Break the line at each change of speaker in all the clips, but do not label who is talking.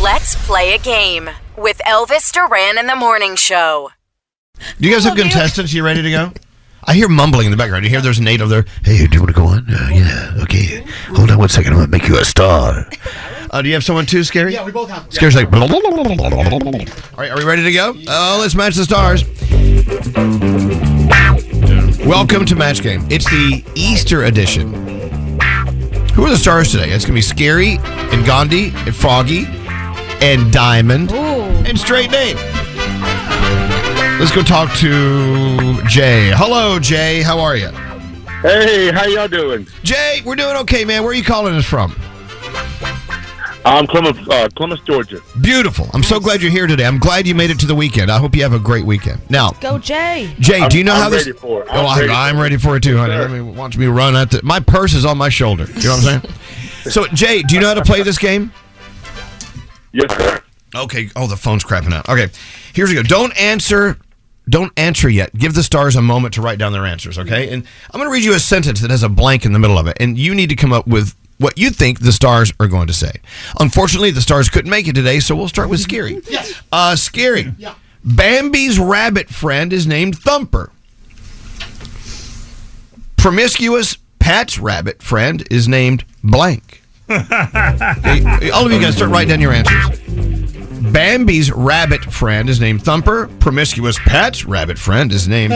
Let's play a game with Elvis Duran in the Morning Show.
Do you guys have contestants? You ready to go? I hear mumbling in the background. You hear there's Nate over there. Hey, do you want to go on? Uh, yeah, okay. Hold on one second. I'm going to make you a star. Uh, do you have someone too, Scary? Yeah, we both have. Scary's like. "Blah, blah, blah, blah, blah, blah, blah, blah." All right, are we ready to go? Oh, let's match the stars. Welcome to Match Game. It's the Easter edition. Who are the stars today? It's going to be Scary and Gandhi and Froggy and Diamond and Straight Nate. Let's go talk to Jay. Hello, Jay. How are you?
Hey, how y'all doing?
Jay, we're doing okay, man. Where are you calling us from?
I'm Clemens, uh, Clemens, Georgia.
Beautiful. I'm so glad you're here today. I'm glad you made it to the weekend. I hope you have a great weekend. Now,
Go Jay.
Jay, do you know
I'm-
how
I'm
this?
ready for it.
Oh,
I'm
I,
ready
I'm
for it.
ready for it too, honey. Let me watch me run at the. My purse is on my shoulder. You know what I'm saying? so, Jay, do you know how to play this game?
Yes, sir.
Okay. Oh, the phone's crapping out. Okay, here we go. Don't answer. Don't answer yet. Give the stars a moment to write down their answers. Okay, and I'm going to read you a sentence that has a blank in the middle of it, and you need to come up with what you think the stars are going to say. Unfortunately, the stars couldn't make it today, so we'll start with Scary. yes. Uh, Scary. Yeah. Bambi's rabbit friend is named Thumper. Promiscuous Pat's rabbit friend is named Blank. Okay, all of you guys start writing down your answers. Bambi's rabbit friend is named Thumper. Promiscuous Pat's rabbit friend is named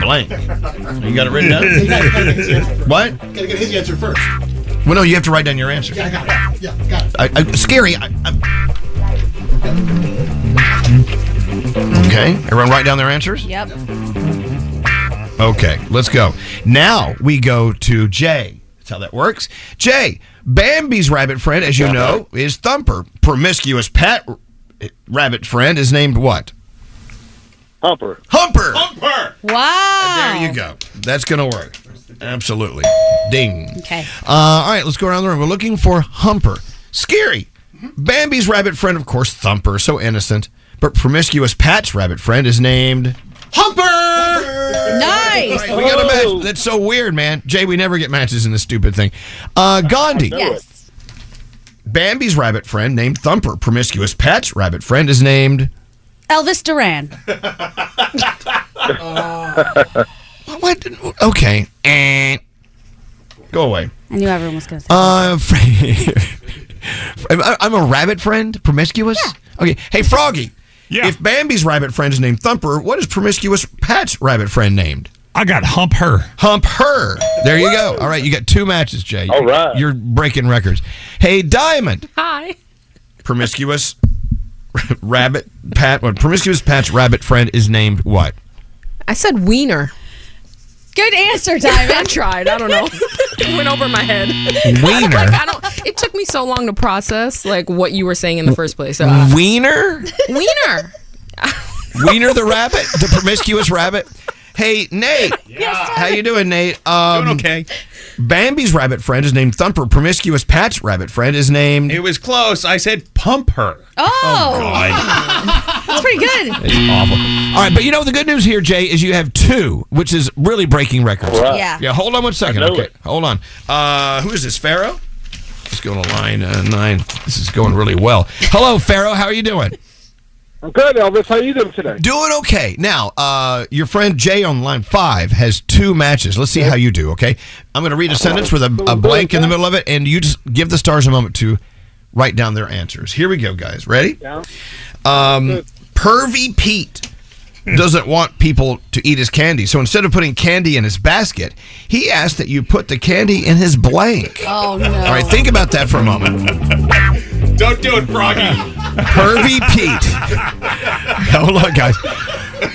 Blank. You got it written down?
gotta, gotta get his answer.
What?
Gotta get his answer first.
Well, no, you have to write down your answer.
I got it. Yeah, got it.
I, I, scary. I, I- Okay, everyone write down their answers?
Yep.
Okay, let's go. Now we go to Jay. That's how that works. Jay, Bambi's rabbit friend, as you know, is Thumper. Promiscuous Pat rabbit friend is named what?
Humper.
Humper.
Wow.
There you go. That's going to work. Absolutely. Ding.
Okay.
Uh, all right, let's go around the room. We're looking for Humper. Scary. Bambi's rabbit friend, of course, Thumper, so innocent. But promiscuous Pat's rabbit friend is named.
Humper!
Nice.
We got a
Oh.
match. That's so weird, man. Jay, we never get matches in this stupid thing. Uh, Gandhi.
Yes.
Bambi's rabbit friend named Thumper. Promiscuous Pat's rabbit friend is named.
Elvis Duran.
What? Okay. Eh. Go away.
I knew everyone was going to say.
Uh, fr- I'm I'm a rabbit friend, promiscuous. Okay, hey Froggy,
Yeah.
If Bambi's rabbit friend is named Thumper, what is Promiscuous Pat's rabbit friend named?
I got Hump Her.
Hump Her. There you go. All right, you got two matches, Jay.
All right.
You're breaking records. Hey, Diamond.
Hi.
Promiscuous rabbit Pat. What? Promiscuous Pat's rabbit friend is named what?
I said wiener.
Good answer, Diamond.
I tried. I don't know. It went over my head.
Wiener.
I don't. It took me so long to process like what you were saying in the first place. So, uh,
Wiener.
wiener.
Wiener the rabbit, the promiscuous rabbit. Hey Nate, how you doing, Nate? Um,
Doing okay.
Bambi's rabbit friend is named Thumper. Promiscuous Pat's rabbit friend is named.
It was close. I said pump her.
Oh,
God.
that's pretty good.
It's awful. All right, but you know the good news here, Jay, is you have two, which is really breaking records.
Right.
Yeah.
Yeah, hold on one second.
I know
Okay,
it.
hold on. Uh, who is this, Pharaoh? Let's go to line uh, nine. This is going really well. Hello, Pharaoh. How are you doing?
I'm good, Elvis. How you doing today?
Doing okay. Now, uh, your friend Jay on line five has two matches. Let's see how you do, okay? I'm going to read a sentence with a, a blank in the middle of it, and you just give the stars a moment to write down their answers. Here we go, guys. Ready?
Yeah.
Um, Pervy Pete doesn't want people to eat his candy. So instead of putting candy in his basket, he asked that you put the candy in his blank.
Oh no.
All right, think about that for a moment.
Don't do it, Froggy.
Pervy Pete. Hold on, guys.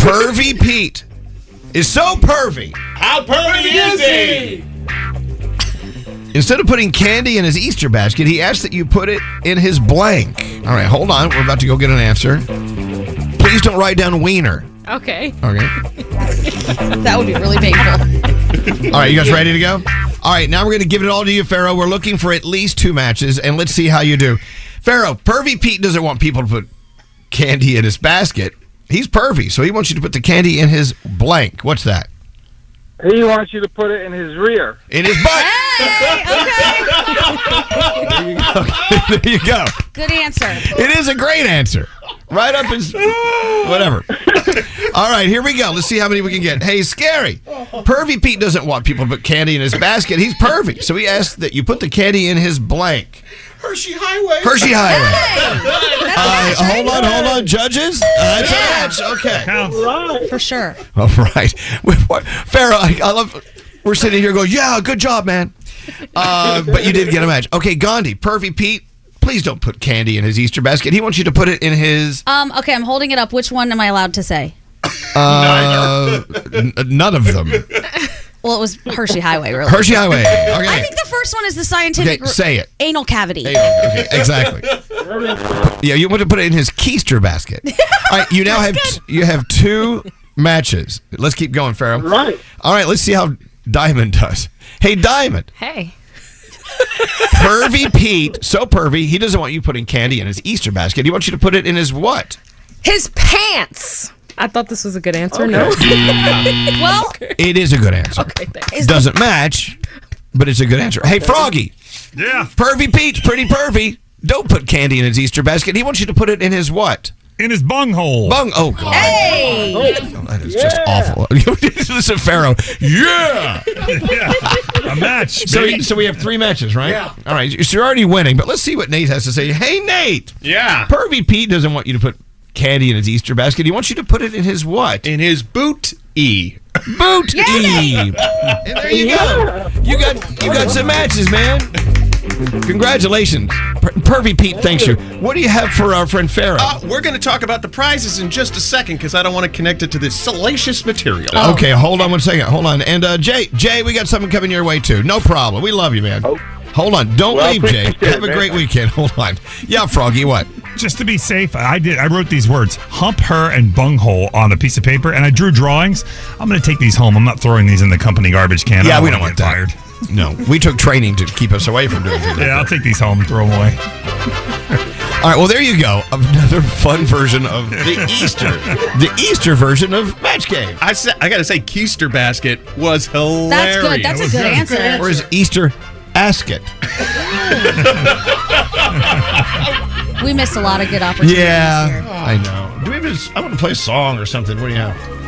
Pervy Pete is so pervy.
How pervy is he?
Instead of putting candy in his Easter basket, he asked that you put it in his blank. All right, hold on. We're about to go get an answer. Please don't write down wiener.
Okay.
Okay.
That would be really painful.
All right, you guys ready to go? All right, now we're going to give it all to you, Pharaoh. We're looking for at least two matches, and let's see how you do. Pharaoh, Pervy Pete doesn't want people to put candy in his basket. He's pervy, so he wants you to put the candy in his blank. What's that?
He wants you to put it in his rear.
In his butt. there you go.
Good answer.
It is a great answer. Right up his whatever. All right, here we go. Let's see how many we can get. Hey, scary. Pervy Pete doesn't want people to put candy in his basket. He's pervy, so he asked that you put the candy in his blank.
Hershey Highway.
Hershey Highway. All right, hold on, hold on, judges. Uh, that's a match. Okay.
For sure.
All right. Pharaoh, I, I love. We're sitting here going, yeah, good job, man. Uh, but you did get a match. Okay, Gandhi, Pervy Pete, please don't put candy in his Easter basket. He wants you to put it in his
Um, okay, I'm holding it up. Which one am I allowed to say?
uh, n- none of them.
Well, it was Hershey Highway, really.
Hershey Highway. Okay.
I think the first one is the scientific
Okay, say it.
anal cavity.
Okay, exactly. Yeah, you want to put it in his keister basket. All right, you now have you have two matches. Let's keep going, Pharaoh.
Right.
All right, let's see how Diamond does. Hey, Diamond.
Hey.
Pervy Pete, so pervy, he doesn't want you putting candy in his Easter basket. He wants you to put it in his what?
His pants. I thought this was a good answer. No.
Well,
It is a good answer. Okay, Doesn't match, but it's a good answer. Hey, Froggy,
Yeah.
pervy Pete's pretty pervy. Don't put candy in his Easter basket. He wants you to put it in his what?
In his bunghole.
Bung. Oh, God.
hey,
Oh, that is just awful. this is a Pharaoh. Yeah.
yeah. A match.
So,
baby.
so we have three matches, right?
Yeah.
All right. So you're already winning, but let's see what Nate has to say. Hey, Nate.
Yeah.
Pervy Pete doesn't want you to put candy in his Easter basket. He wants you to put it in his what?
In his boot E.
boot Eve. And there you go. You got you got some matches, man. Congratulations, per- Pervy Pete. Thanks you. What do you have for our friend Pharaoh?
Uh, we're going to talk about the prizes in just a second because I don't want to connect it to this salacious material.
Oh. okay, hold on one second. Hold on. And uh, Jay, Jay, we got something coming your way too. No problem. We love you, man. Hold on. Don't
Well,
leave, Jay.
appreciate it,
Have a
man.
great weekend. Hold on. Yeah, Froggy. What?
Just to be safe, I did. I wrote these words: hump her and bunghole on a piece of paper, and I drew drawings. I'm going to take these home. I'm not throwing these in the company garbage can. I
yeah, we don't want that.
wanna get
No, we took training to keep us away from doing things.
Fired. Yeah, I'll take these home and throw them away.
All right. Well, there you go. Another fun version of the Easter, the Easter version of Match Game.
I said I got to say, Keister Basket was hilarious.
that's good. That's a good answer.
Or is Easter Asket?
We missed a lot of good opportunities.
Yeah, I know. Do we have? A, I want to play a song or something. What do you have?